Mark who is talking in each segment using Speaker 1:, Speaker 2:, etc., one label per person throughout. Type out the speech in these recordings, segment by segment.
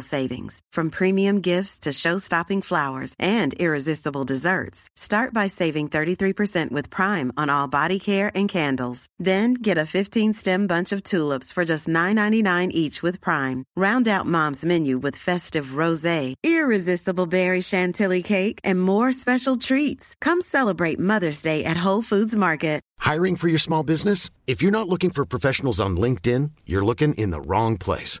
Speaker 1: savings, from premium gifts to show-stopping flowers and irresistible desserts. Start by saving 33% with Prime on all body care and candles. Then get a 15-stem bunch of tulips for just $9.99 each with Prime. Round out Mom's menu with festive rosé, irresistible berry chantilly cake, and more special treats. Come celebrate Mother's Day at Whole Foods Market.
Speaker 2: Hiring for your small business? If you're not looking for professionals on LinkedIn, you're looking in the wrong place.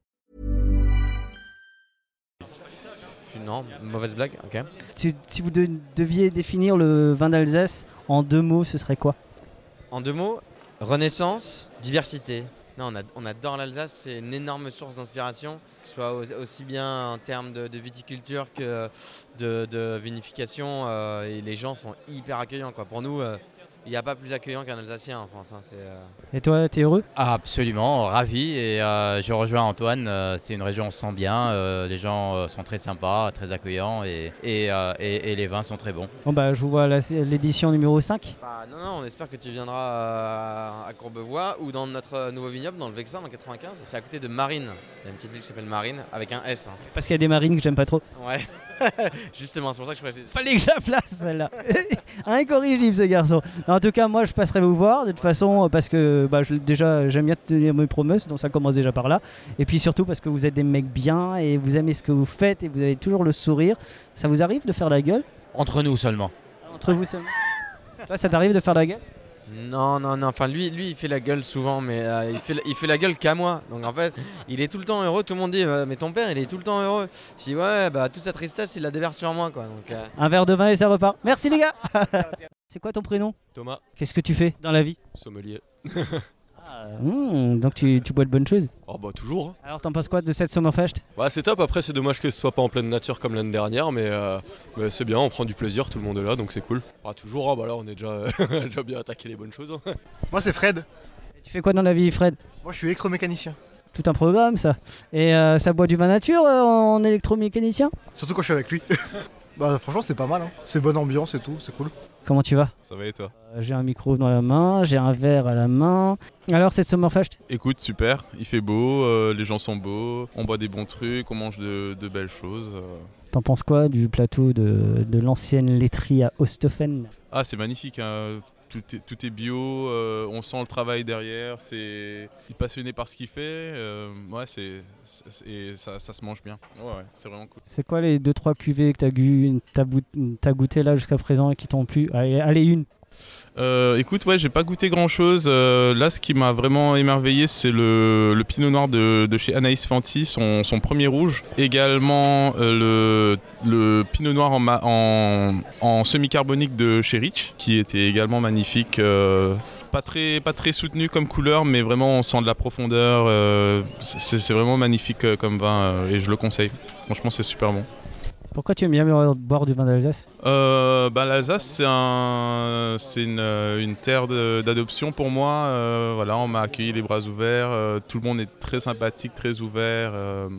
Speaker 3: Non, mauvaise blague, ok.
Speaker 4: Si, si vous de- deviez définir le vin d'Alsace en deux mots, ce serait quoi
Speaker 3: En deux mots, renaissance, diversité. Non, on, a- on adore l'Alsace, c'est une énorme source d'inspiration, que ce soit au- aussi bien en termes de, de viticulture que de, de vinification. euh, et les gens sont hyper accueillants. Quoi. Pour nous, euh, il n'y a pas plus accueillant qu'un Alsacien en France. hein, c'est, euh,
Speaker 4: Et toi, t'es heureux
Speaker 5: Absolument, ravi et euh, je rejoins Antoine, euh, c'est une région où on se sent bien, euh, les gens euh, sont très sympas, très accueillants et, et, euh, et- et les vins sont très bons.
Speaker 4: Bon bah je vous vois la- l'édition numéro 5.
Speaker 3: Bah, non, non, on espère que tu viendras euh, à Courbevoie ou dans notre euh, nouveau vignoble, dans le Vexin, en 95. C'est à côté de Marine. Il y a une petite ville qui s'appelle Marine, avec un S. hein.
Speaker 4: Parce qu'il y a des marines que j'aime pas trop.
Speaker 3: Ouais, justement, c'est pour ça que je précise.
Speaker 4: Fallait que je la place celle-là. Incorrigible Hein, ce garçon. En tout cas, moi je passerai vous voir de toute façon euh, parce que bah, je- déjà j'aime bien tenir mes promesses, donc ça commence déjà par là. Et puis surtout parce que vous êtes des mecs bien et vous aimez ce que vous faites et vous avez toujours le sourire. Ça vous arrive de faire la gueule
Speaker 5: Entre nous seulement.
Speaker 4: Entre vous seulement Toi, ça t'arrive de faire la gueule
Speaker 3: Non, non, non. Enfin, lui, lui, il fait la gueule souvent, mais euh, il, fait la, il fait la gueule qu'à moi. Donc, en fait, il est tout le temps heureux. Tout le monde dit, euh, mais ton père, il est tout le temps heureux. Je dis, ouais, bah, toute sa tristesse, il la déverse sur moi, quoi. Donc, euh,
Speaker 4: Un verre de vin et ça repart. Merci les gars C'est quoi ton prénom
Speaker 6: Thomas,
Speaker 4: Qu'est-ce que tu fais dans la vie
Speaker 6: sommelier.
Speaker 4: Hmm, Donc tu, tu bois de bonnes choses.
Speaker 6: Oh bah toujours. hein.
Speaker 4: Alors t'en penses quoi de cette Sommerfest
Speaker 6: Bah c'est top, après c'est dommage que ce soit pas en pleine nature comme l'année dernière, mais, euh, mais c'est bien, on prend du plaisir, tout le monde est là, donc c'est cool. Ah toujours, ah bah là on est déjà, euh, déjà bien attaqué les bonnes choses. hein.
Speaker 7: Moi, c'est Fred.
Speaker 4: Et Tu fais quoi dans la vie Fred
Speaker 7: Moi, je suis électromécanicien.
Speaker 4: Tout un programme ça. Et euh, ça boit du vin nature euh, en électromécanicien
Speaker 7: Surtout quand je suis avec lui. bah, franchement, c'est pas mal. Hein. C'est bonne ambiance et tout, c'est cool.
Speaker 4: Comment tu vas
Speaker 8: Ça va et toi
Speaker 4: Euh, J'ai un micro dans la main, j'ai un verre à la main. Alors cette Sommerfest
Speaker 8: Écoute, super, il fait beau, euh, les gens sont beaux, on boit des bons trucs, on mange de, de belles choses. euh.
Speaker 4: T'en penses quoi du plateau de, de l'ancienne laiterie à Ostofen
Speaker 8: Ah, c'est magnifique, hein, tout, est, tout est bio, euh, on sent le travail derrière, c'est il est passionné par ce qu'il fait, euh, ouais, c'est, c'est- et ça, ça se mange bien. Ouais, ouais, c'est vraiment cool.
Speaker 4: C'est quoi les 2-3 cuvées que t'as gu- t'as bou- t'as goûté là jusqu'à présent et qui t'ont plu allez, allez une
Speaker 8: Euh, écoute, ouais, j'ai pas goûté grand chose. là, ce qui m'a vraiment émerveillé, c'est le, le pinot noir de, de chez Anaïs Fanti, son, son premier rouge. Également euh, le, le pinot noir en, ma- en, en semi-carbonique de chez Rich, qui était également magnifique. euh, pas très, pas très soutenu comme couleur, mais vraiment on sent de la profondeur. euh, c'est c'est vraiment magnifique euh, comme vin euh, et je le conseille. Franchement, c'est super bon.
Speaker 4: Pourquoi tu aimes bien boire- boire du vin d'Alsace
Speaker 8: Euh, ben, L'Alsace, c'est un, c'est une, euh, une terre de- d'adoption pour moi. Euh, voilà, on m'a accueilli les bras ouverts. Euh, tout le monde est très sympathique, très ouvert. Euh,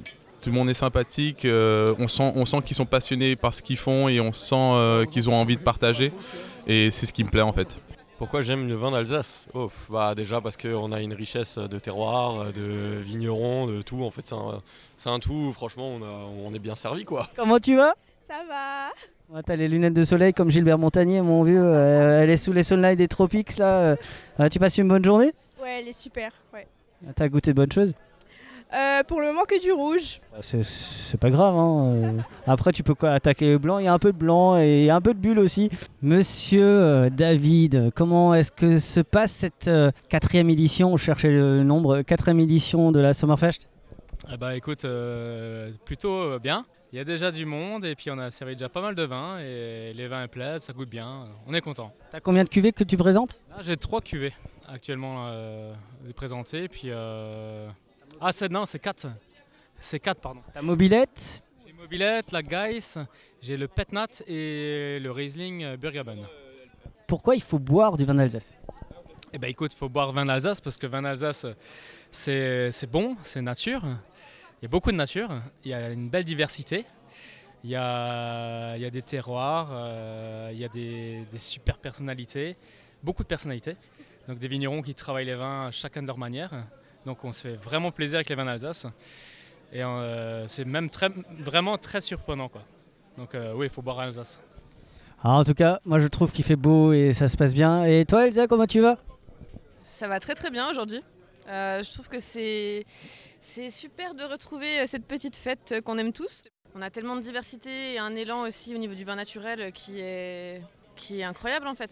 Speaker 8: tout le monde est sympathique. Euh, on sent, on sent qu'ils sont passionnés par ce qu'ils font et on sent euh, qu'ils ont envie de partager. Et c'est ce qui me plaît en fait.
Speaker 6: Pourquoi j'aime le vin d'Alsace oh, pff, Bah déjà parce qu'on a une richesse de terroir, de vignerons, de tout, en fait c'est un, c'est un tout, franchement on, a- on est bien servi quoi.
Speaker 4: Comment tu vas
Speaker 9: Ça va
Speaker 4: Ouais, T'as les lunettes de soleil comme Gilbert Montagnier, mon vieux. euh, elle est sous les sunlights des tropiques, là. euh. Euh, tu passes une bonne journée Ah,
Speaker 9: Ouais, elle est super, ouais.
Speaker 4: T'as goûté de bonnes choses
Speaker 10: Euh, pour le moment, que du rouge.
Speaker 4: Bah, C'est- C'est pas grave. Hein. euh. Après, tu peux quoi, attaquer le blanc. Il y a un peu de blanc et un peu de bulle aussi. Monsieur euh, David, comment est-ce que se passe cette euh, quatrième édition On cherchait le nombre. Quatrième édition de la Summerfest
Speaker 11: Ah bah écoute, euh, plutôt euh, bien. Il y a déjà du monde et puis on a servi déjà pas mal de vins et les vins à plat, ça goûte bien, euh, on est content.
Speaker 4: T'as combien de cuvées que tu présentes
Speaker 11: Là, J'ai trois cuvées actuellement euh, présentés puis euh, ah c'est non c'est quatre, c'est quatre pardon.
Speaker 4: La mobilette
Speaker 11: J'ai Mobilette, la Geiss, j'ai le Petnat et le Riesling euh, Burgaben.
Speaker 4: Pourquoi il faut boire du vin d'Alsace
Speaker 11: Eh ben écoute, faut boire vin d'Alsace parce que vin d'Alsace, euh, c'est c'est bon, c'est nature. Il y a beaucoup de nature, il y a une belle diversité. Il y a, il y a des terroirs, euh, il y a des, des super personnalités, beaucoup de personnalités. Donc des vignerons qui travaillent les vins chacun de leur manière. Donc on se fait vraiment plaisir avec les vins d'Alsace. Et euh, c'est même très, vraiment très surprenant. quoi. Donc euh, oui, il faut boire à Alsace.
Speaker 4: Ah, En tout cas, moi je trouve qu'il fait beau et ça se passe bien. Et toi, Elsa, comment tu vas
Speaker 10: Ça va très très bien aujourd'hui. Euh, je trouve que c'est c'est super de retrouver euh, cette petite fête euh, qu'on aime tous. On a tellement de diversité et un élan aussi au niveau du vin naturel euh, qui est qui est incroyable en fait.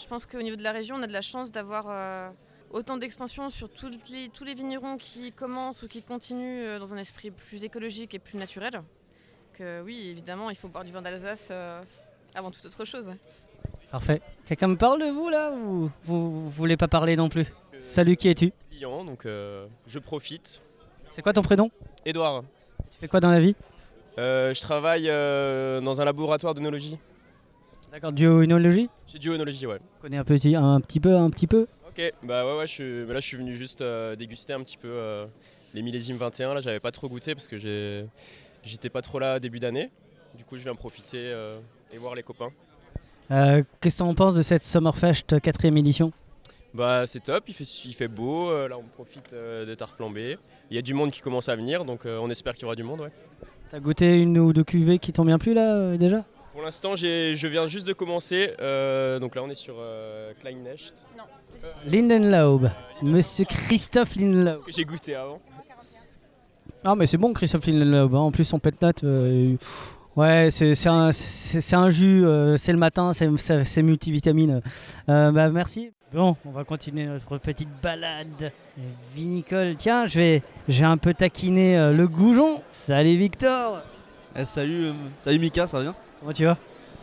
Speaker 10: Je pense qu'au niveau de la région, on a de la chance d'avoir euh, autant d'expansion sur toutes les- tous les vignerons qui commencent ou qui continuent euh, dans un esprit plus écologique et plus naturel. Que oui, évidemment, il faut boire du vin d'Alsace euh, avant toute autre chose. ouais.
Speaker 4: Parfait. Quelqu'un me parle de vous là ou vous, vous voulez pas parler non plus Salut, qui es-tu
Speaker 12: client, donc euh, je profite.
Speaker 4: C'est quoi ton prénom
Speaker 12: Edouard,
Speaker 4: Tu fais quoi dans la vie
Speaker 12: euh, je travaille euh, dans un laboratoire d'onologie.
Speaker 4: D'accord, duoénologie
Speaker 12: J'ai du onologie, ouais.
Speaker 4: Je connais un petit, un petit peu, un petit peu.
Speaker 12: Ok, bah ouais, ouais, je suis, bah là je suis venu juste euh, déguster un petit peu euh, les millésimes 21. Là, j'avais pas trop goûté parce que j'ai, j'étais pas trop là début d'année. Du coup, je viens profiter euh, et voir les copains.
Speaker 4: Euh, Qu'est-ce qu'on pense de cette Summerfest 4 édition
Speaker 12: Bah c'est top, il fait, il fait beau, euh, là on profite euh, d'être à reflamber. Il y a du monde qui commence à venir, donc euh, on espère qu'il y aura du monde, ouais.
Speaker 4: T'as goûté une ou deux cuvées qui t'ont bien plu là euh, déjà
Speaker 12: Pour l'instant, j'ai- je viens juste de commencer, euh, donc là on est sur euh, Kleinnecht. Non.
Speaker 4: Lindenlaub, Monsieur Christophe Lindenlaub.
Speaker 12: que j'ai goûté avant.
Speaker 4: Ah mais c'est bon Christophe Lindenlaub, hein. en plus son petnat, euh, ouais c'est c'est un, c'est- c'est un jus, euh, c'est le matin, c'est- c'est c'est multivitamine. Euh, bah merci. Bon, on va continuer notre petite balade vinicole. Tiens, je vais, j'ai un peu taquiné euh, le goujon. Salut Victor.
Speaker 13: salut, euh, salut Mika, ça va bien
Speaker 4: Comment tu vas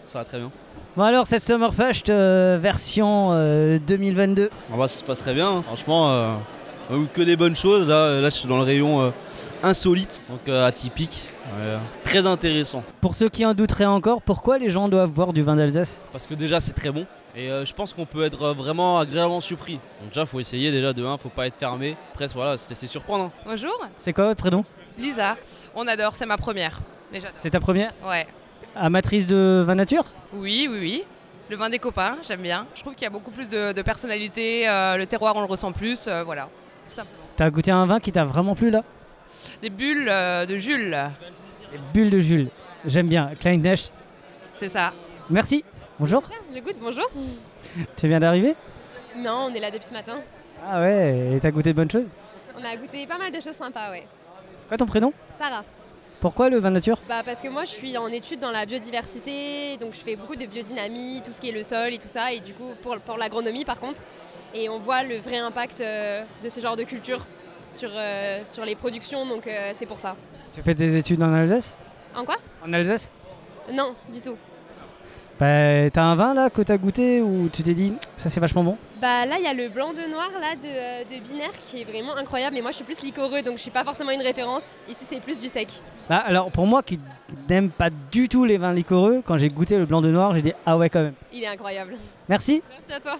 Speaker 13: Ça va très bien.
Speaker 4: Bon alors cette Summerfest euh, version euh, 2022.
Speaker 13: Ah bah, ça se passe très bien, hein. franchement, euh, euh, que des bonnes choses. Là, euh, là je suis dans le rayon euh, insolite, donc euh, atypique, Ouais, très intéressant.
Speaker 4: Pour ceux qui en douteraient encore, pourquoi les gens doivent boire du vin d'Alsace
Speaker 13: Parce que déjà c'est très bon et euh, je pense qu'on peut être euh, vraiment agréablement surpris. Donc déjà faut essayer déjà de 1, faut pas être fermé. Après voilà, c'est c'est surprendre. hein.
Speaker 14: Bonjour,
Speaker 4: C'est quoi votre prénom
Speaker 14: Lisa. On adore, c'est ma première. Mais j'adore.
Speaker 4: C'est ta première
Speaker 14: Ouais.
Speaker 4: Amatrice de vin nature
Speaker 14: Oui, oui, oui. Le vin des copains, j'aime bien. Je trouve qu'il y a beaucoup plus de, de personnalité. euh, le terroir, on le ressent plus. euh, voilà. Tout simplement.
Speaker 4: T'as goûté un vin qui t'a vraiment plu là
Speaker 14: Les bulles euh, de Jules,
Speaker 4: Les bulles de Jules. J'aime bien. Kleinnecht.
Speaker 14: c'est ça.
Speaker 4: Merci. Bonjour.
Speaker 15: J'écoute, bonjour.
Speaker 4: Tu viens d'arriver
Speaker 15: Non, on est là depuis ce matin.
Speaker 4: Ah ouais, et t'as goûté de bonnes choses
Speaker 15: On a goûté pas mal de choses sympas, ouais.
Speaker 4: Quoi ton prénom
Speaker 15: Sarah.
Speaker 4: Pourquoi le vin nature
Speaker 15: Bah parce que moi je suis en études dans la biodiversité, donc je fais beaucoup de biodynamie, tout ce qui est le sol et tout ça, et du coup pour, pour l'agronomie par contre, et on voit le vrai impact euh, de ce genre de culture sur, euh, sur les productions, donc euh, c'est pour ça.
Speaker 4: Tu fais des études en Alsace
Speaker 15: En quoi
Speaker 4: En Alsace
Speaker 15: Non, du tout.
Speaker 4: Bah t'as un vin là que t'as goûté ou tu t'es dit ça c'est vachement bon
Speaker 15: Bah là il y a le blanc de noir là de, euh, de binaire qui est vraiment incroyable, mais moi je suis plus licoreux, donc je suis pas forcément une référence. Ici c'est plus du sec.
Speaker 4: Bah alors pour moi qui n'aime pas du tout les vins liquoreux, quand j'ai goûté le blanc de noir j'ai dit ah ouais quand même.
Speaker 15: Il est incroyable.
Speaker 4: Merci.
Speaker 15: Merci à toi.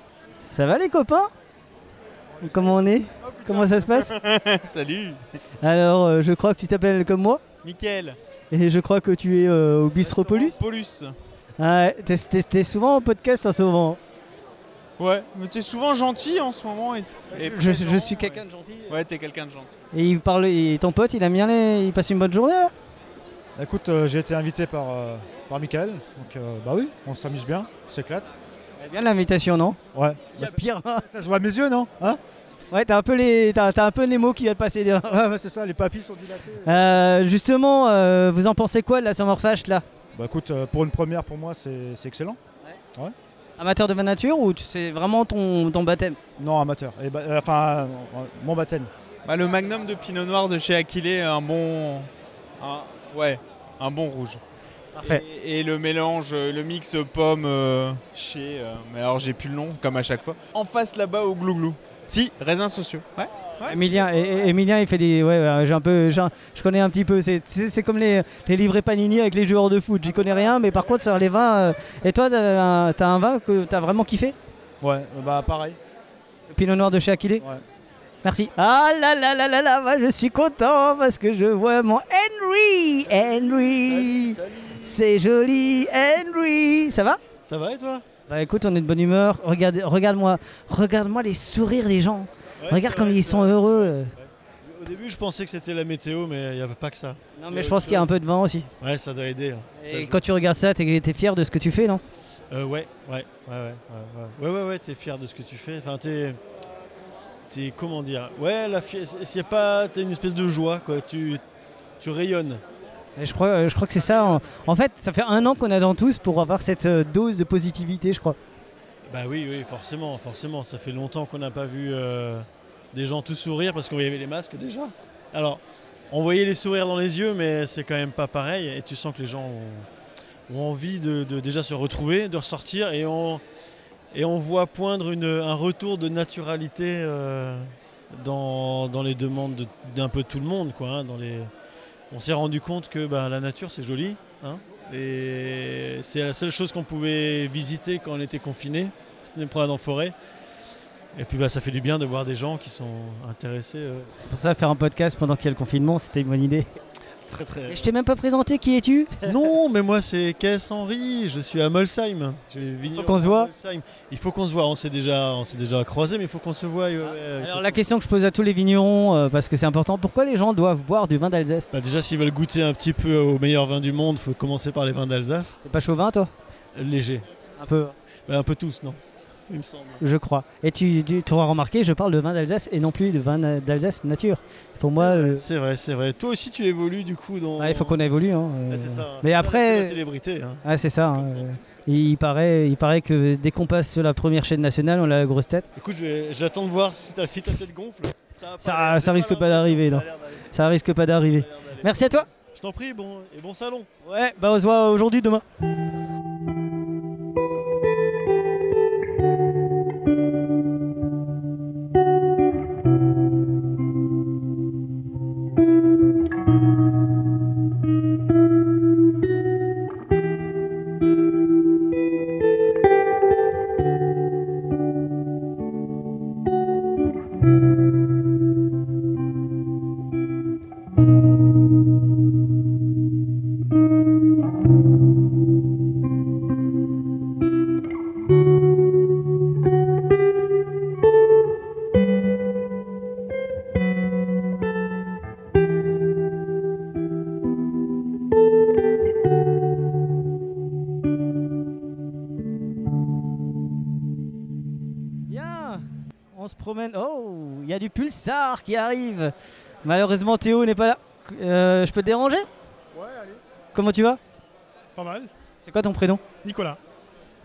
Speaker 4: Ça va les copains Comment on est Comment ça se passe
Speaker 16: Salut
Speaker 4: Alors euh, je crois que tu t'appelles comme moi
Speaker 16: Nickel
Speaker 4: Et je crois que tu es euh, au Bistropolis. Ah
Speaker 16: Paulus
Speaker 4: Ouais, t'es- t'es t'es souvent en podcast en ce moment.
Speaker 16: Ouais, mais t'es souvent gentil en ce moment et, et
Speaker 4: Je- je
Speaker 16: présent,
Speaker 4: suis quelqu'un
Speaker 16: ouais.
Speaker 4: de gentil.
Speaker 16: Ouais, t'es quelqu'un de gentil.
Speaker 4: Et il parle, et ton pote, il a bien les, il passe une bonne journée. là
Speaker 17: Écoute, euh, j'ai été invité par, euh, par Michael, donc euh, bah oui, on s'amuse bien, on s'éclate.
Speaker 4: Bien l'invitation, non
Speaker 17: Ouais.
Speaker 4: Il y a pire.
Speaker 17: Ça se voit à mes yeux, non Hein
Speaker 4: Ouais, t'as un peu les, t'as, t'as un peu les mots qui viennent passer. là.
Speaker 17: Ouais, ouais, c'est ça, les papilles sont dilatées.
Speaker 4: Euh, justement, euh, vous en pensez quoi de la Summerfash là
Speaker 17: Bah écoute, euh, pour une première, pour moi, c'est c'est excellent. Ouais.
Speaker 4: Amateur de nature ou tu- c'est vraiment ton, ton baptême
Speaker 17: Non, amateur. Et bah, euh, enfin, euh, mon baptême.
Speaker 16: Bah, le magnum de Pinot Noir de chez Aquilé, un bon. un- ouais, un bon rouge.
Speaker 4: Parfait.
Speaker 16: Et, et le mélange, euh, le mix pomme euh, chez. euh, mais alors j'ai plus le nom, comme à chaque fois. En face là-bas au glouglou. Si, raisins sociaux. Ouais. ouais.
Speaker 4: Emilien, et- et- Emilien, E-, il fait des. Ouais, ouais, j'ai un peu, j'ai un- je connais un petit peu. C'est, c'est, c'est comme les, les livrets panini avec les joueurs de foot. J'y connais rien, mais par contre sur les vins. euh, et toi, t'as un, t'as un vin que t'as vraiment kiffé
Speaker 17: Ouais, euh, bah pareil.
Speaker 4: Le Pinot noir de chez Aquilé. Merci. Ah là là là là là, moi je suis content parce que je vois mon Henry, Henry. C'est joli, Henry. Ça va
Speaker 17: Ça va et toi
Speaker 4: Bah écoute, on est de bonne humeur. Regarde, regarde-moi, regarde-moi les sourires des gens.
Speaker 18: Ouais,
Speaker 4: regarde
Speaker 18: c'est
Speaker 4: comme
Speaker 18: vrai,
Speaker 4: ils
Speaker 18: c'est
Speaker 4: sont
Speaker 18: vrai.
Speaker 4: heureux.
Speaker 18: Au début, je pensais que c'était la météo, mais il n'y avait pas que ça.
Speaker 4: Non, mais je pense qu'il y a un peu de vent aussi.
Speaker 18: Ouais, ça doit aider. hein. Ça
Speaker 4: Et
Speaker 18: joue.
Speaker 4: quand tu regardes ça, t'es, t'es fier de ce que tu fais, non
Speaker 18: Euh, ouais, ouais, ouais, ouais, ouais, ouais, ouais, ouais, ouais, t'es fier de ce que tu fais. Enfin, t'es, t'es comment dire Ouais, la fi- c'est- c'est pas, t'as une espèce de joie, quoi. Tu, tu rayonnes.
Speaker 4: Et je crois, euh, je crois que c'est ça. En, en fait, ça fait un an qu'on attend tous pour avoir cette euh, dose de positivité, je crois.
Speaker 18: Bah oui, oui, forcément, forcément. Ça fait longtemps qu'on n'a pas vu euh, des gens tout sourire parce qu'on voyait les masques déjà. Alors, on voyait les sourires dans les yeux, mais c'est quand même pas pareil. Et tu sens que les gens ont, ont envie de, de déjà se retrouver, de ressortir, et on et on voit poindre une- un retour de naturalité euh, dans, dans les demandes de- d'un peu tout le monde, quoi. hein, dans les, on s'est rendu compte que bah, la nature c'est joli, hein, et c'est la seule chose qu'on pouvait visiter quand on était confiné. C'était une promenade en forêt. Et puis bah, ça fait du bien de voir des gens qui sont intéressés. euh,
Speaker 4: C'est pour ça, faire un podcast pendant qu'il y a le confinement, c'était une bonne idée.
Speaker 18: très très.
Speaker 4: Et je t'ai même pas présenté, qui es-tu
Speaker 18: Non, mais moi c'est Kess Henry, je suis à Molsheim. Je vais venir
Speaker 4: qu'on se voit.
Speaker 18: à Molsheim. Il faut qu'on se voit, on s'est déjà, on s'est déjà croisé, mais il faut qu'on se euh, voit. ouais, ouais, il faut
Speaker 4: Ah, Alors la question que je pose à tous les vignerons, euh, parce que c'est important, pourquoi les gens doivent boire du vin d'Alsace
Speaker 18: Bah déjà, s'ils veulent goûter un petit peu aux meilleurs vins du monde, faut commencer par les vins d'Alsace. Euh,
Speaker 4: T'es pas chauvin, toi
Speaker 18: Léger.
Speaker 4: Un peu.
Speaker 18: Bah, un peu tous, non Il me semble.
Speaker 4: Je crois. Et tu, tu auras remarqué, je parle de vin d'Alsace et non plus de vin na- d'Alsace nature. Pour moi, euh,
Speaker 18: C'est vrai, c'est vrai. Toi aussi, tu évolues du coup dans.
Speaker 4: ouais, il faut qu'on évolue. hein, euh.
Speaker 18: Ah, c'est ça.
Speaker 4: Mais
Speaker 18: Ouais,
Speaker 4: après,
Speaker 18: c'est la célébrité, hein.
Speaker 4: Ouais, c'est ça. hein, euh. il paraît, il paraît que dès qu'on passe sur la première chaîne nationale, on a la grosse tête.
Speaker 18: Écoute, je vais- j'attends de voir si ta, si ta tête gonfle. Ça, a pas l'air-
Speaker 4: Ça, ça risque pas d'arriver, non. Ça risque pas d'arriver. Merci à toi.
Speaker 18: Je t'en prie, bon et bon salon.
Speaker 4: Ouais, bah on se voit aujourd'hui, demain. Bien, on se promène. Oh, il y a du pulsar qui arrive. Malheureusement, Théo n'est pas là. Euh, je peux te déranger
Speaker 17: Ouais, allez.
Speaker 4: Comment tu vas
Speaker 17: Pas mal.
Speaker 4: C'est quoi ton prénom
Speaker 17: Nicolas.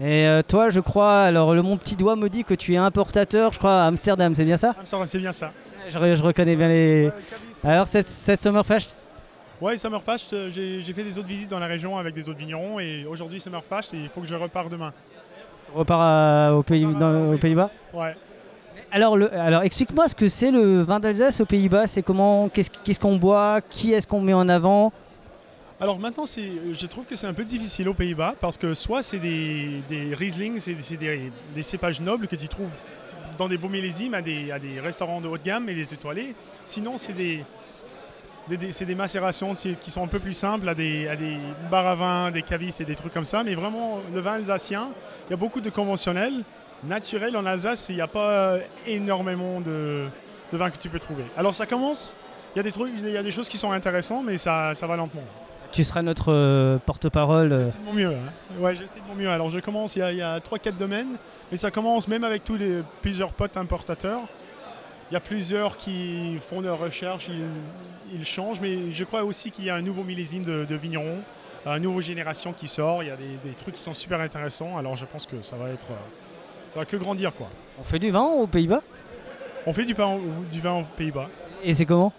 Speaker 4: Et euh, toi, je crois, alors le, mon petit doigt me dit que tu es importateur, je crois, à Amsterdam, c'est bien ça
Speaker 17: Amsterdam, c'est bien ça.
Speaker 4: je, re- je reconnais bien les. Alors, cette, cette Summerfest,
Speaker 19: Ouais, Summerfast, euh, j'ai j'ai fait des autres visites dans la région avec des autres vignerons et aujourd'hui Summerfast et il faut que je repars demain.
Speaker 4: repart à- aux Pays- dans- aux Pays-Bas
Speaker 19: Ouais.
Speaker 4: alors, le- alors explique-moi ce que c'est le vin d'Alsace aux Pays-Bas, c'est comment, qu'est-ce qu'est-ce qu'on boit, qui est-ce qu'on met en avant
Speaker 19: Alors maintenant, c'est, je trouve que c'est un peu difficile aux Pays-Bas parce que soit c'est des, des Riesling, c'est c'est des, des cépages nobles que tu trouves dans des beaux millésimes à des, à des restaurants de haut de gamme et des étoilés. Sinon, c'est des, des- des- c'est des macérations c'est- qui sont un peu plus simples à des, à des bars à vin, des cavistes et des trucs comme ça. Mais vraiment, le vin alsacien, il y a beaucoup de conventionnels. Naturel en Alsace, il n'y a pas euh, énormément de, de vins que tu peux trouver. Alors ça commence, il y a des trucs, il y a des choses qui sont intéressantes, mais ça, ça va lentement.
Speaker 4: Tu seras notre euh, porte-parole. euh.
Speaker 19: de mon mieux. hein. Ouais, j'essaie de mon mieux. Alors je commence, il y a, il y a 3-4 domaines, mais ça commence même avec tous les plusieurs potes importateurs. Il y a plusieurs qui font leurs recherches, ils, ils changent, mais je crois aussi qu'il y a un nouveau millésime de, de vignerons, une nouvelle génération qui sort, il y a des, des trucs qui sont super intéressants, alors je pense que ça va être... euh, Ça va que grandir quoi.
Speaker 4: On fait du vin aux Pays-Bas
Speaker 19: On fait du, pain, du vin aux Pays-Bas.
Speaker 4: Et c'est comment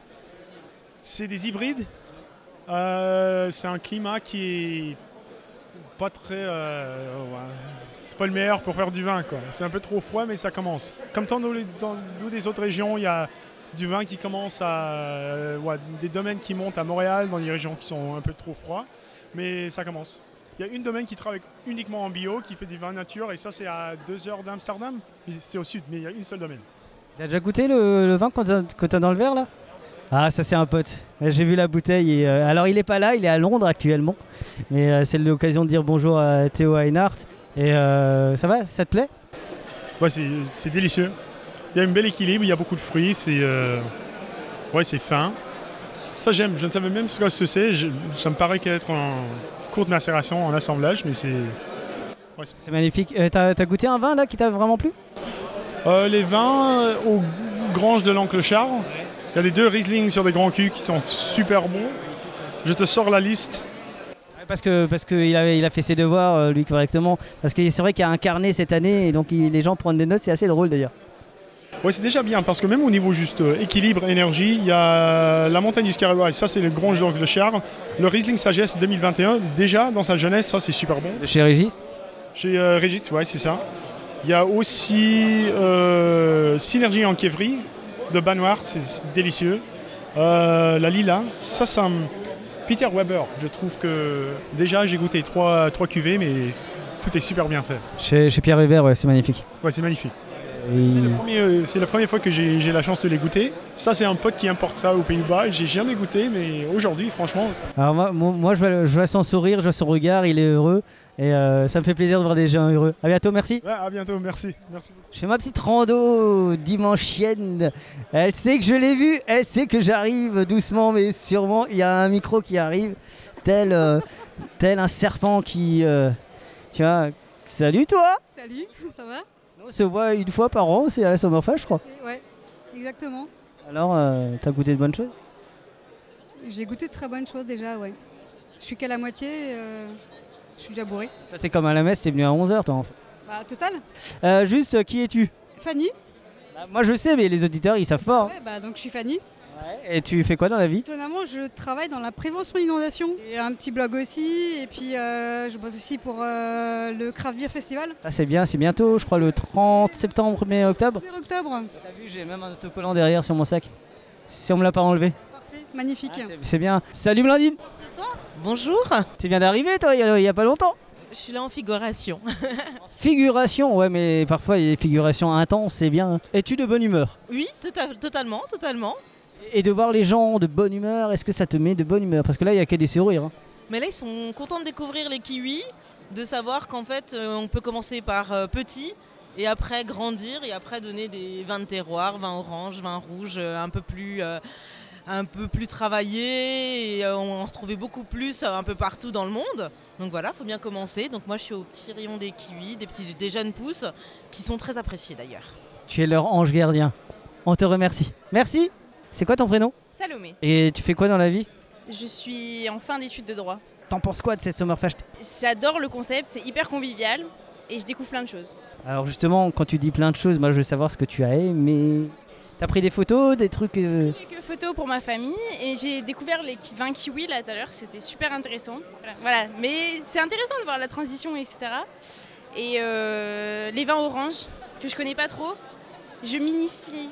Speaker 19: C'est des hybrides. Euh, c'est un climat qui est pas très. euh, ouais, c'est pas le meilleur pour faire du vin, quoi. C'est un peu trop froid, mais ça commence. Comme tant dans, les- dans- dans les autres régions, il y a du vin qui commence à. euh, ouais, des domaines qui montent à Montréal, dans les régions qui sont un peu trop froides, mais ça commence. Il y a une domaine qui travaille uniquement en bio, qui fait du vin nature, et ça, c'est à deux heures d'Amsterdam. C'est au sud, mais il y a une seule domaine.
Speaker 4: T'as déjà goûté le, le vin quand t'as- que t'as dans le verre là Ah, ça c'est un pote. Euh, J'ai vu la bouteille. et, euh, alors il est pas là, il est à Londres actuellement. Mais euh, c'est l'occasion de dire bonjour à Théo Einhardt. Et euh, ça va Ça te plaît
Speaker 19: Ouais, c'est c'est délicieux. Il y a un bel équilibre, il y a beaucoup de fruits, c'est euh, ouais, c'est fin. Ça j'aime, je ne savais même ce que c'est, je- ça me paraît qu'être en courte macération, en assemblage, mais c'est...
Speaker 4: C'est magnifique. Euh, t'as t'as goûté un vin là qui t'a vraiment plu
Speaker 19: Euh, les vins euh, aux granges de l'oncle Charles, il y a les deux Riesling sur des grands culs qui sont super bons. Je te sors la liste.
Speaker 4: Ouais, Parce que parce qu'il a, il a fait ses devoirs euh, lui correctement. Parce que c'est vrai qu'il a incarné cette année et donc il- les gens prennent des notes, c'est assez drôle d'ailleurs.
Speaker 19: Ouais, c'est déjà bien parce que même au niveau juste euh, équilibre, énergie, il y a la montagne du Scarabaï, ça c'est le grand genre de Charles. Le Riesling Sagesse 2021, déjà dans sa jeunesse, ça c'est super bon.
Speaker 4: Chez Régis
Speaker 19: Chez euh, Régis, ouais, c'est ça. Il y a aussi euh, Synergie en Kévry de Banoir, c'est c'est délicieux. Euh, la Lila, ça, ça me- Peter Weber, je trouve que. Déjà, j'ai goûté trois, trois cuvées, mais tout est super bien fait.
Speaker 4: Chez, chez Pierre Hubert, ouais, c'est magnifique.
Speaker 19: Ouais, c'est magnifique.
Speaker 4: Et-
Speaker 19: Premier, euh, C'est la première fois que j'ai j'ai la chance de les goûter. Ça, c'est un pote qui importe ça aux Pays-Bas. J'ai jamais goûté, mais aujourd'hui, franchement,
Speaker 4: Alors moi, moi, moi, je, vois, je vois son sourire, je vois son regard, il est heureux et euh, ça me fait plaisir de voir des gens heureux. À bientôt, merci.
Speaker 19: Ouais, à bientôt, merci. merci.
Speaker 4: Je fais ma petite rando dimanchienne. Elle sait que je l'ai vue, elle sait que j'arrive doucement mais sûrement. Il y a un micro qui arrive, tel, euh, tel un serpent qui, euh, tu vois. Salut toi.
Speaker 20: Salut, ça va
Speaker 4: On se voit une fois par an, c'est à la Sommerfest, je crois.
Speaker 20: Ouais, exactement.
Speaker 4: Alors, euh, t'as goûté de bonnes choses
Speaker 20: J'ai goûté de très bonnes choses déjà, ouais. Je suis qu'à la moitié, euh, je suis déjà bourré.
Speaker 4: Toi, t'es comme à la messe, t'es venu à 11h, toi. en fait.
Speaker 20: Bah, total.
Speaker 4: Euh, juste, euh, qui es-tu
Speaker 20: Fanny
Speaker 4: Bah, Moi, je sais, mais les auditeurs, ils savent pas. hein.
Speaker 20: Ouais, bah donc je suis Fanny.
Speaker 4: Et tu fais quoi dans la vie
Speaker 20: Étonnamment, je travaille dans la prévention d'inondation. Et un petit blog aussi, et puis euh, je bosse aussi pour euh, le Craft Beer Festival.
Speaker 4: Ah, c'est bien, c'est bientôt, je crois, le 30 septembre, 1er octobre.
Speaker 20: 1er octobre.
Speaker 4: T'as vu, j'ai même un autocollant derrière sur mon sac. Si on me l'a pas enlevé,
Speaker 20: Magnifique.
Speaker 4: c'est bien. Salut Blandine
Speaker 21: Bonsoir.
Speaker 4: Bonjour Tu viens d'arriver, toi, il y a- il y a pas longtemps
Speaker 21: Je suis là en figuration.
Speaker 4: Figuration, ouais, mais parfois, il y a des figurations intenses, c'est bien. Es-tu de bonne humeur
Speaker 21: oui, tota- totalement, totalement.
Speaker 4: Et de voir les gens de bonne humeur, est-ce que ça te met de bonne humeur Parce que là, il y a que des sourires. hein.
Speaker 21: Mais là, ils sont contents de découvrir les kiwis, de savoir qu'en fait, euh, on peut commencer par euh, petit et après grandir et après donner des vins de terroir, vins orange, vins rouges, euh, un peu plus. euh, un peu plus travaillés. et euh, on en retrouvait beaucoup plus euh, un peu partout dans le monde. Donc voilà, faut bien commencer. Donc moi je suis au petit rayon des kiwis, des petits des jeunes pousses, qui sont très appréciés d'ailleurs.
Speaker 4: Tu es leur ange gardien. On te remercie. Merci C'est quoi ton prénom
Speaker 9: Salomé.
Speaker 4: Et tu fais quoi dans la vie
Speaker 9: Je suis en fin d'études de droit.
Speaker 4: T'en penses quoi de cette Sommerfest
Speaker 9: J'adore le concept, c'est hyper convivial et je découvre plein de choses.
Speaker 4: Alors justement, quand tu dis plein de choses, moi je veux savoir ce que tu as aimé. T'as pris des photos, des trucs... euh,
Speaker 9: Quelques photos pour ma famille et j'ai découvert les ki- 20 kiwis là tout à l'heure, c'était super intéressant. Voilà, voilà. mais c'est intéressant de voir la transition, etc. Et euh, les vins oranges que je connais pas trop, je m'initie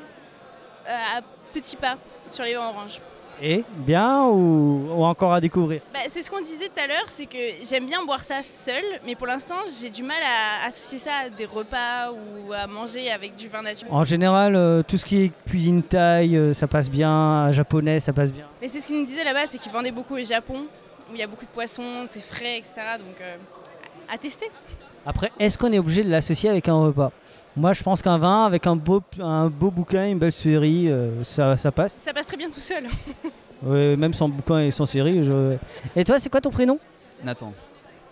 Speaker 9: euh, à petits pas sur les vins oranges.
Speaker 4: Et bien ou, ou encore à découvrir
Speaker 9: Bah, c'est ce qu'on disait tout à l'heure, c'est que j'aime bien boire ça seul, mais pour l'instant j'ai du mal à associer ça à des repas ou à manger avec du vin naturel.
Speaker 4: En général, euh, tout ce qui est cuisine thaï, euh, ça passe bien. Japonais, ça passe bien.
Speaker 9: Mais c'est ce qu'ils nous disaient là-bas, c'est qu'ils vendaient beaucoup au Japon, où il y a beaucoup de poissons, c'est frais, etc. Donc euh, à tester.
Speaker 4: Après, est-ce qu'on est obligé de l'associer avec un repas Moi je pense qu'un vin avec un beau, un beau bouquin, une belle série, euh, ça, ça passe.
Speaker 9: Ça passe très bien tout seul.
Speaker 4: Ouais, même sans bouquin et sans série. Je... Et toi, c'est quoi ton prénom
Speaker 22: Nathan.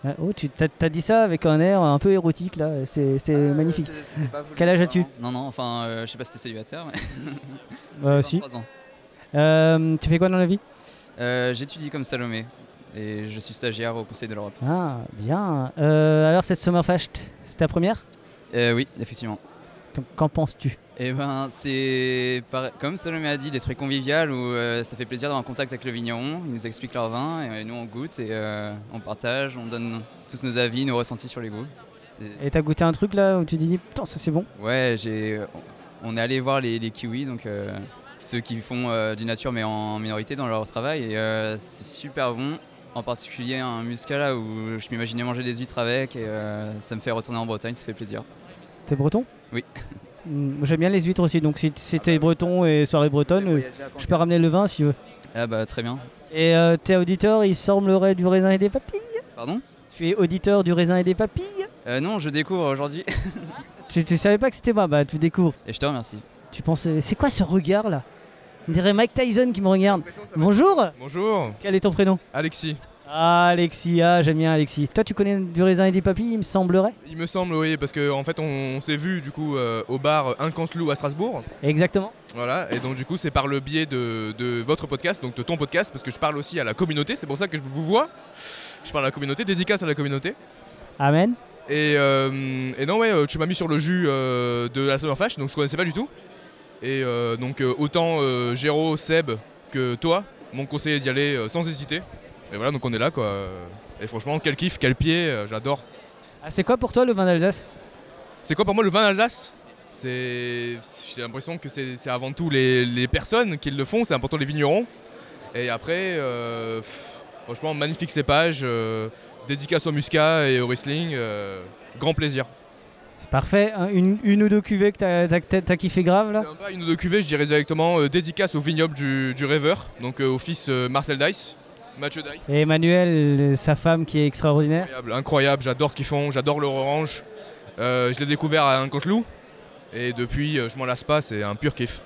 Speaker 4: Ah, Oh, tu t'as t'as dit ça avec un air un peu érotique là, c'est c'est magnifique.
Speaker 23: Ah, c'est- c'était pas voulu,
Speaker 4: Quel âge as-tu
Speaker 23: apparemment. Non, non, enfin, euh, je sais pas si t'es célibataire, mais.
Speaker 4: Euh,
Speaker 23: J'ai
Speaker 4: si.
Speaker 23: 23 ans.
Speaker 4: Euh, tu fais quoi dans la vie
Speaker 23: Euh, J'étudie comme Salomé et je suis stagiaire au Conseil de l'Europe.
Speaker 4: Ah, bien. Euh, alors cette Summerfest, c'est ta première
Speaker 23: Euh, oui, effectivement.
Speaker 4: Donc, Qu'en penses-tu
Speaker 23: Et ben, c'est par- comme Salomé a dit, l'esprit convivial où euh, ça fait plaisir d'avoir un contact avec le vigneron. Ils nous expliquent leur vin et euh, nous on goûte et euh, on partage, on donne tous nos avis, nos ressentis sur les goûts. C'est-
Speaker 4: Et t'as goûté un truc là où tu dis putain ça c'est bon
Speaker 23: Ouais, j'ai. On est allé voir les, les kiwis, donc euh, ceux qui font euh, du nature mais en minorité dans leur travail, et euh, c'est super bon. En particulier un muscala où je m'imaginais manger des huîtres avec, et euh, ça me fait retourner en Bretagne, ça fait plaisir.
Speaker 4: T'es breton
Speaker 23: Oui.
Speaker 4: Mm, J'aime bien les huîtres aussi, donc si c'était breton et soirée bretonne, euh,
Speaker 23: voyager à
Speaker 4: je peux ramener le vin si tu veux.
Speaker 23: Ah bah très bien.
Speaker 4: Et euh, t'es auditeur, il semblerait du raisin et des papilles
Speaker 23: Pardon
Speaker 4: Tu es auditeur du raisin et des papilles
Speaker 23: Euh, Non, je découvre aujourd'hui.
Speaker 4: tu, tu savais pas que c'était moi, bah tu découvres.
Speaker 23: et je te remercie.
Speaker 4: Tu pensais, c'est quoi ce regard là On dirait Mike Tyson qui me regarde. Bonjour
Speaker 24: Bonjour.
Speaker 4: Quel est ton prénom
Speaker 24: Alexis.
Speaker 4: Ah, Alexis, ah, j'aime bien Alexis. Toi, tu connais du raisin et des papilles, il me semblerait
Speaker 24: Il me semble, oui, parce qu'en en fait, on, on s'est vu du coup euh, au bar Incancelou à Strasbourg.
Speaker 4: Exactement.
Speaker 24: Voilà, et donc du coup, c'est par le biais de, de votre podcast, donc de ton podcast, parce que je parle aussi à la communauté, c'est pour ça que je vous vois. Je parle à la communauté, dédicace à la communauté.
Speaker 4: Amen.
Speaker 24: Et, euh, et non, ouais, euh, tu m'as mis sur le jus euh, de la Summer Flash, donc je connaissais pas du tout. Et euh, donc, euh, autant euh, Géraud, Seb que toi, mon conseil est d'y aller euh, sans hésiter. Et voilà, donc on est là, quoi. Et franchement, quel kiff, quel pied, euh, j'adore.
Speaker 4: Ah, c'est quoi pour toi le vin d'Alsace
Speaker 24: C'est quoi pour moi le vin d'Alsace C'est, j'ai l'impression que c'est c'est avant tout les, les personnes qui le font, c'est important les vignerons. Et après, euh, pff, franchement, magnifique cépage, euh, dédicace au muscat et au wrestling, euh, grand plaisir.
Speaker 4: C'est parfait, hein, une, une ou deux cuvées que t'as- t'as- t'as t'as kiffé grave là
Speaker 24: Pas une ou deux cuvées, je dirais directement euh, dédicace au vignoble du, du rêveur, donc euh, au fils euh, Marcel Dice, Mathieu Dice.
Speaker 4: Et Emmanuel, euh, sa femme qui est extraordinaire.
Speaker 24: Incroyable, incroyable, j'adore ce qu'ils font, j'adore leur orange. Euh, je l'ai découvert à un loup et depuis, euh, je m'en lasse pas, c'est un pur kiff.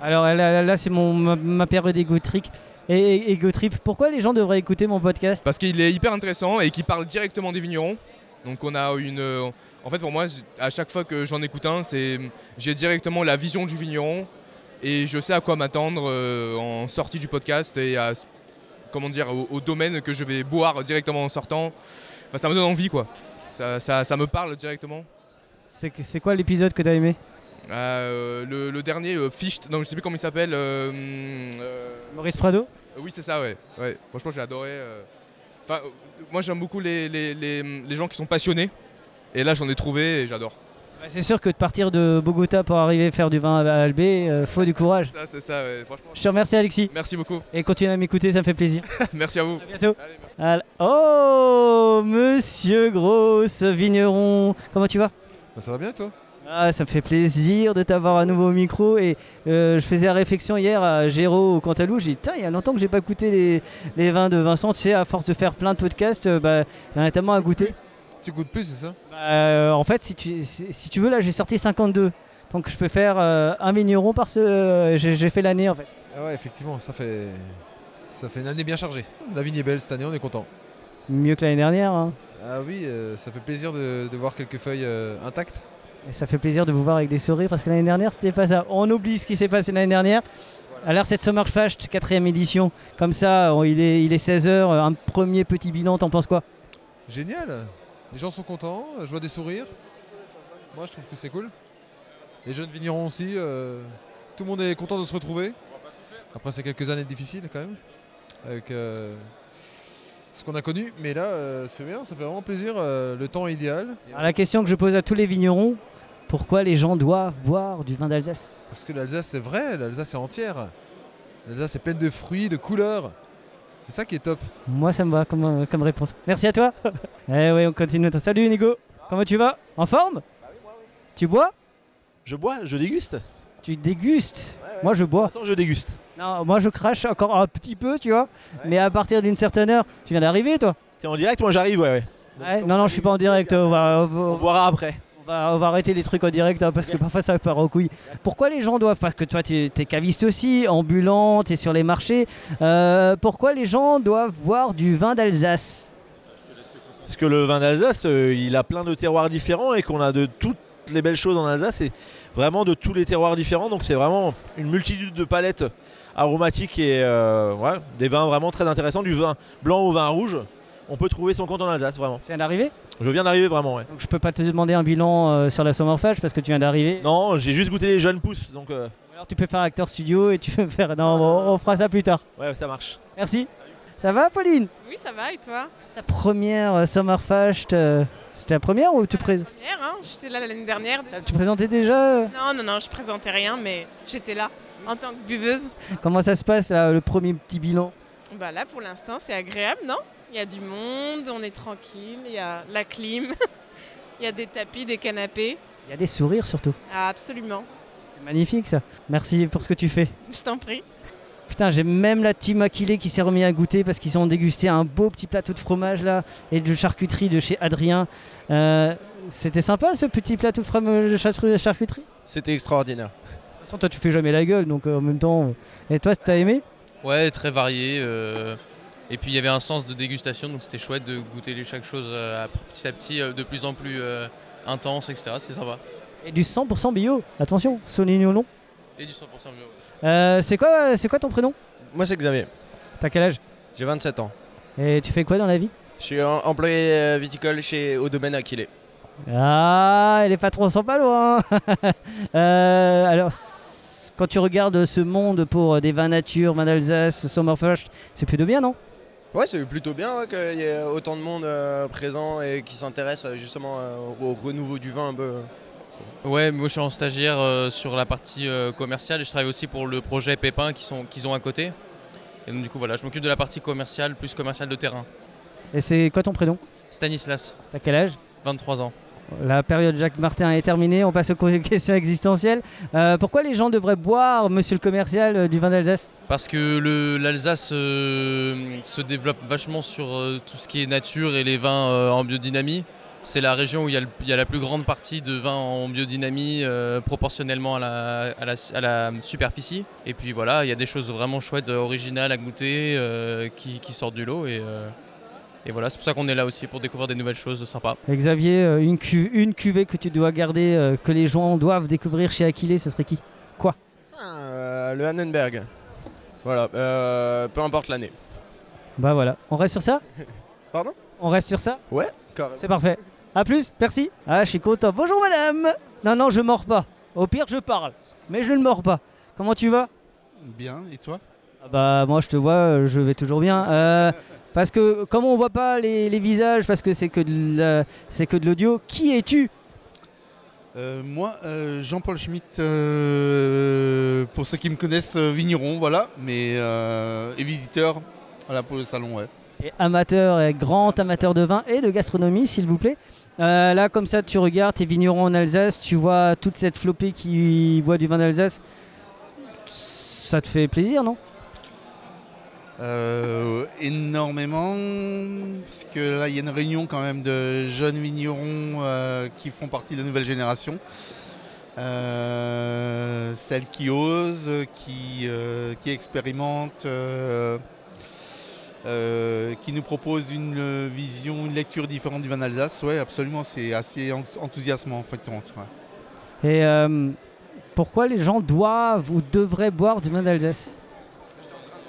Speaker 4: Alors là, là, là, c'est mon ma, ma période égo trip. Et, et- égo trip. Pourquoi les gens devraient écouter mon podcast
Speaker 24: Parce qu'il est hyper intéressant et qui parle directement des vignerons. Donc on a une. euh, en fait, pour moi, j- à chaque fois que j'en écoute un, c'est j'ai directement la vision du vigneron et je sais à quoi m'attendre euh, en sortie du podcast et à comment dire au, au domaine que je vais boire directement en sortant. Enfin, ça me donne envie, quoi. Ça, ça- ça me parle directement.
Speaker 4: C'est que- c'est quoi l'épisode que t'as aimé
Speaker 24: Euh, le, le dernier euh, Ficht, non, je sais plus comment il s'appelle. euh, hum, euh,
Speaker 4: Maurice Prado
Speaker 24: euh, Oui, c'est ça, ouais. ouais. Franchement, j'ai adoré. euh. Enfin, euh, moi, j'aime beaucoup les, les, les, les gens qui sont passionnés. Et là, j'en ai trouvé et j'adore.
Speaker 4: Bah, C'est sûr que de partir de Bogota pour arriver faire du vin à Albé, euh, faut du courage.
Speaker 24: Ça, c'est ça, ouais. Franchement.
Speaker 4: Je te remercie Alexis.
Speaker 24: Merci beaucoup.
Speaker 4: Et continue à m'écouter, ça me fait plaisir.
Speaker 24: Merci à vous.
Speaker 4: À bientôt. Al- Oh, monsieur Grosse Vigneron, comment tu vas
Speaker 25: Bah, ça va bien toi
Speaker 4: Ah, ça me fait plaisir de t'avoir à nouveau au micro. Et euh, je faisais la réflexion hier à Géraud au Cantalou. J'ai dit, Tain, il y a longtemps que j'ai pas goûté les, les vins de Vincent. Tu sais, à force de faire plein de podcasts, euh, bah, il y en a tellement à goûter.
Speaker 25: Tu goûtes plus, c'est ça
Speaker 4: Bah, euh, En fait, si tu, si, si tu veux, là, j'ai sorti 52. Donc, je peux faire euh, un vigneron par ce. euh, j'ai j'ai fait l'année, en fait.
Speaker 25: Ah ouais, effectivement, ça fait ça fait une année bien chargée. La vigne est belle cette année, on est content.
Speaker 4: Mieux que l'année dernière. hein.
Speaker 25: Ah oui, euh, ça fait plaisir de, de voir quelques feuilles euh, intactes.
Speaker 4: Et ça fait plaisir de vous voir avec des sourires parce que l'année dernière, c'était pas ça. On oublie ce qui s'est passé l'année dernière. Alors, cette Summerfest, quatrième édition, comme ça, on- il est, il est 16h, un premier petit bilan, t'en penses quoi
Speaker 25: Génial Les gens sont contents, euh, je vois des sourires. Moi, je trouve que c'est cool. Les jeunes vignerons aussi, euh, tout le monde est content de se retrouver. Après ces quelques années difficiles quand même, avec euh, ce qu'on a connu. Mais là, euh, c'est bien, ça fait vraiment plaisir. euh, le temps est idéal.
Speaker 4: Alors, la question que je pose à tous les vignerons, pourquoi les gens doivent boire du vin d'Alsace
Speaker 25: Parce que l'Alsace, c'est vrai, l'Alsace est entière. L'Alsace est pleine de fruits, de couleurs. C'est ça qui est top.
Speaker 4: Moi, ça me va comme, euh, comme réponse. Merci à toi. eh oui, on continue. Salut Nico, comment tu vas En forme Tu bois
Speaker 22: Je bois, je déguste.
Speaker 4: Tu dégustes Moi, je bois.
Speaker 22: je déguste.
Speaker 4: Non, moi, je crache encore un petit peu, tu vois. Mais à partir d'une certaine heure, tu viens d'arriver, toi
Speaker 22: T'es en direct, moi j'arrive, ouais, ouais.
Speaker 4: Ouais, non, non, je suis pas en direct. euh, On va, on va-
Speaker 22: boira après.
Speaker 4: On va, on va arrêter les trucs en direct hein, parce que parfois ça part en couille. Pourquoi les gens doivent Parce que toi, tu es caviste aussi, ambulant, t'es sur les marchés. Euh, pourquoi les gens doivent boire du vin d'Alsace
Speaker 13: Parce que le vin d'Alsace, euh, il a plein de terroirs différents et qu'on a de toutes les belles choses en Alsace et vraiment de tous les terroirs différents. Donc c'est vraiment une multitude de palettes aromatiques et euh, ouais, des vins vraiment très intéressants, du vin blanc au vin rouge. On peut trouver son compte en Alsace vraiment. Tu
Speaker 4: viens d'arriver
Speaker 13: Je viens d'arriver vraiment, ouais.
Speaker 4: Donc je peux pas te demander un bilan euh, sur la Sommerfage parce que tu viens d'arriver.
Speaker 13: Non, j'ai juste goûté les jeunes pousses, donc euh,
Speaker 4: Alors tu peux faire acteur studio et tu peux faire. Non, on, on fera ça plus tard.
Speaker 13: ouais, ça marche.
Speaker 4: Merci. Ça va, Pauline
Speaker 10: Oui, ça va, et toi
Speaker 4: Ta première euh, Sommerfest, euh, c'était la première ou tu, pré-
Speaker 10: Première, hein J'étais là l'année dernière.
Speaker 4: Euh, tu présentais déjà euh,
Speaker 10: Non, non, non, je présentais rien, mais j'étais là en tant que buveuse.
Speaker 4: Comment ça se passe là, le premier petit bilan
Speaker 10: Bah là, pour l'instant, c'est agréable, non Il y a du monde, on est tranquille, il y a la clim, il y a des tapis, des canapés.
Speaker 4: Il y a des sourires surtout.
Speaker 10: Ah, absolument.
Speaker 4: C'est magnifique ça. Merci pour ce que tu fais.
Speaker 10: Je t'en prie.
Speaker 4: Putain, j'ai même la team Aquilée qui s'est remis à goûter parce qu'ils ont dégusté un beau petit plateau de fromage là et de charcuterie de chez Adrien. Euh, C'était sympa ce petit plateau de fromage de char- charcuterie De
Speaker 2: C'était extraordinaire.
Speaker 4: toute façon, toi tu fais jamais la gueule donc euh, en même temps. euh, Et toi, t'as aimé
Speaker 3: Ouais, très varié. euh, et puis il y avait un sens de dégustation, donc c'était chouette de goûter les- chaque chose euh, à- petit à petit, euh, de plus en plus euh, intense, etc. C'était sympa.
Speaker 4: Et du 100% bio, attention, soulignons non.
Speaker 3: Et du 100% bio.
Speaker 4: Euh, c'est quoi, c'est quoi ton prénom
Speaker 2: Moi, c'est Xavier.
Speaker 4: T'as quel âge
Speaker 2: J'ai 27 ans.
Speaker 4: Et tu fais quoi dans la vie
Speaker 2: Je suis en- employé euh, viticole chez au domaine Aquilé.
Speaker 4: Ah, et les patrons sont pas loin. Euh, alors, c- quand tu regardes ce monde pour euh, des vins nature, vins d'Alsace, Sommerfest, c'est plutôt bien, non
Speaker 2: Ouais, c'est plutôt bien ouais, qu'il y ait autant de monde euh, présent et qui s'intéresse euh, justement euh, au renouveau du vin un peu. euh,
Speaker 3: Ouais, moi je suis en stagiaire euh, sur la partie euh, commerciale et je travaille aussi pour le projet Pépin qui sont- qu'ils ont à côté. Et donc du coup voilà, je m'occupe de la partie commerciale, plus commerciale de terrain.
Speaker 4: Et c'est quoi ton prénom
Speaker 3: Stanislas,
Speaker 4: T'as quel âge
Speaker 3: 23 ans.
Speaker 4: La période Jacques Martin est terminée, on passe aux co- questions existentielles. Euh, pourquoi les gens devraient boire, monsieur le commercial, euh, du vin d'Alsace
Speaker 3: Parce que le- l'Alsace euh, se développe vachement sur euh, tout ce qui est nature et les vins euh, en biodynamie. C'est la région où il y, a le- il y a la plus grande partie de vins en biodynamie euh, proportionnellement à la, à la- à la superficie. Et puis voilà, il y a des choses vraiment chouettes, euh, originales à goûter, euh, qui, qui sortent du lot. Et, euh, et voilà, c'est pour ça qu'on est là aussi, pour découvrir des nouvelles choses sympas.
Speaker 4: Et Xavier, euh, une, cu- une cuvée que tu dois garder, euh, que les gens doivent découvrir chez Aquilé, ce serait qui Quoi
Speaker 2: Euh, le Hannenberg. Voilà, euh, peu importe l'année.
Speaker 4: Bah voilà, on reste sur ça
Speaker 2: Pardon
Speaker 4: On reste sur ça
Speaker 2: Ouais, carrément.
Speaker 4: C'est parfait. A plus, merci. Ah, je suis content. Bonjour madame. Non, non, je mords pas. Au pire, je parle. Mais je ne mords pas. Comment tu vas
Speaker 26: Bien, et toi
Speaker 4: Ah Bah, moi, je te vois, euh, je vais toujours bien. Euh, parce que, comme on voit pas les, les visages, parce que c'est que de la- c'est que de l'audio, qui es-tu
Speaker 26: Euh, Moi, euh, Jean-Paul Schmitt, euh, pour ceux qui me connaissent, euh, vigneron, voilà, mais euh, et visiteur voilà, pour le salon, ouais.
Speaker 4: Et Amateur et grand amateur de vin et de gastronomie, s'il vous plaît. Euh, là, comme ça, tu regardes tes vignerons en Alsace, tu vois toute cette flopée qui boit du vin d'Alsace. Ça te fait plaisir, non
Speaker 26: Euh, énormément, parce que là, il y a une réunion quand même de jeunes vignerons euh, qui font partie de la nouvelle génération. Euh, celles qui osent, qui, euh, qui expérimentent, euh, euh, qui nous proposent une euh, vision, une lecture différente du vin d'Alsace. Ouais, absolument, c'est assez en- enthousiasmant en fait. compte, ouais.
Speaker 4: Et euh, pourquoi les gens doivent ou devraient boire du vin d'Alsace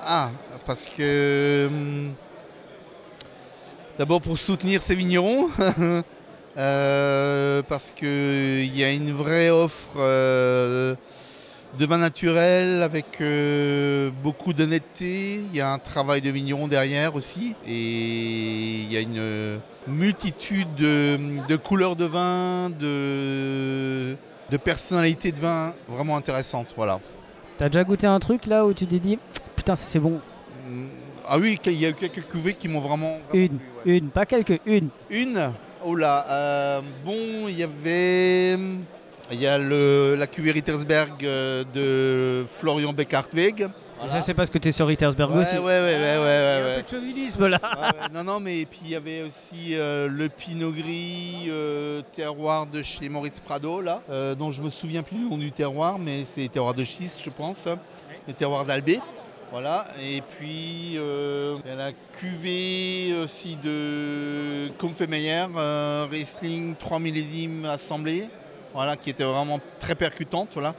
Speaker 26: Ah, parce que. hum, D'abord pour soutenir ces vignerons, euh, parce qu'il y a une vraie offre euh, de vin naturel avec euh, beaucoup d'honnêteté. Il y a un travail de vigneron derrière aussi. Et il y a une multitude de, de couleurs de vin, de, de personnalités de vin vraiment intéressantes. Voilà.
Speaker 4: T'as déjà goûté un truc là où tu t'es dit putain, ça, c'est bon
Speaker 26: Ah oui, il y a eu quelques cuvées qui m'ont vraiment.
Speaker 4: Une, une, pas quelques, une.
Speaker 26: Une Oh là, euh, bon, il y avait. Il y a le, la cuvée Rittersberg euh, de Florian Beckartweg.
Speaker 4: Ça, c'est parce que t'es sur Rittersberg
Speaker 26: Ouais,
Speaker 4: aussi.
Speaker 26: ouais, ouais, ouais, ouais, ouais, ouais.
Speaker 4: chauvinisme là.
Speaker 26: Ouais, ouais, Non, non, mais et puis il y avait aussi euh, le Pinot Gris, euh, terroir de chez Maurice Prado, là, euh, dont je me souviens plus le nom du terroir, mais c'est terroir de schiste, je pense, hein. le terroir d'Albé. Voilà, et puis euh, il y a la cuvée aussi de Comfé Meyer, euh, Wrestling 3 millésimes assemblée, voilà, qui était vraiment très percutante. Voilà.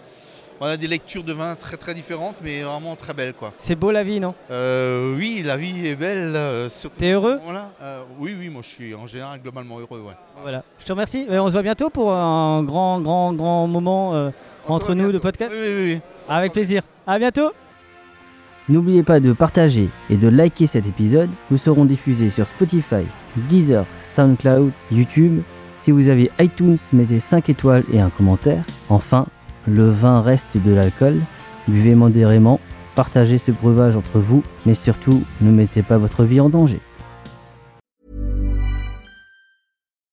Speaker 26: voilà des lectures de vin très très différentes, mais vraiment très belles. Quoi.
Speaker 4: C'est beau la vie, non
Speaker 26: Euh, oui, la vie est belle. euh, surtout
Speaker 4: T'es heureux
Speaker 26: Voilà. Euh, oui, oui, moi je suis en général globalement heureux. Ouais.
Speaker 4: Voilà. Je te remercie. Et on se voit bientôt pour un grand, grand, grand moment euh, entre nous de podcast. Avec plaisir. À bientôt.
Speaker 6: N'oubliez pas de partager et de liker cet épisode. Nous serons diffusés sur Spotify, Deezer, SoundCloud, YouTube. Si vous avez iTunes, mettez 5 étoiles et un commentaire. Enfin, le vin reste de l'alcool. Buvez modérément, partagez ce breuvage entre vous, mais surtout, ne mettez pas votre vie en danger.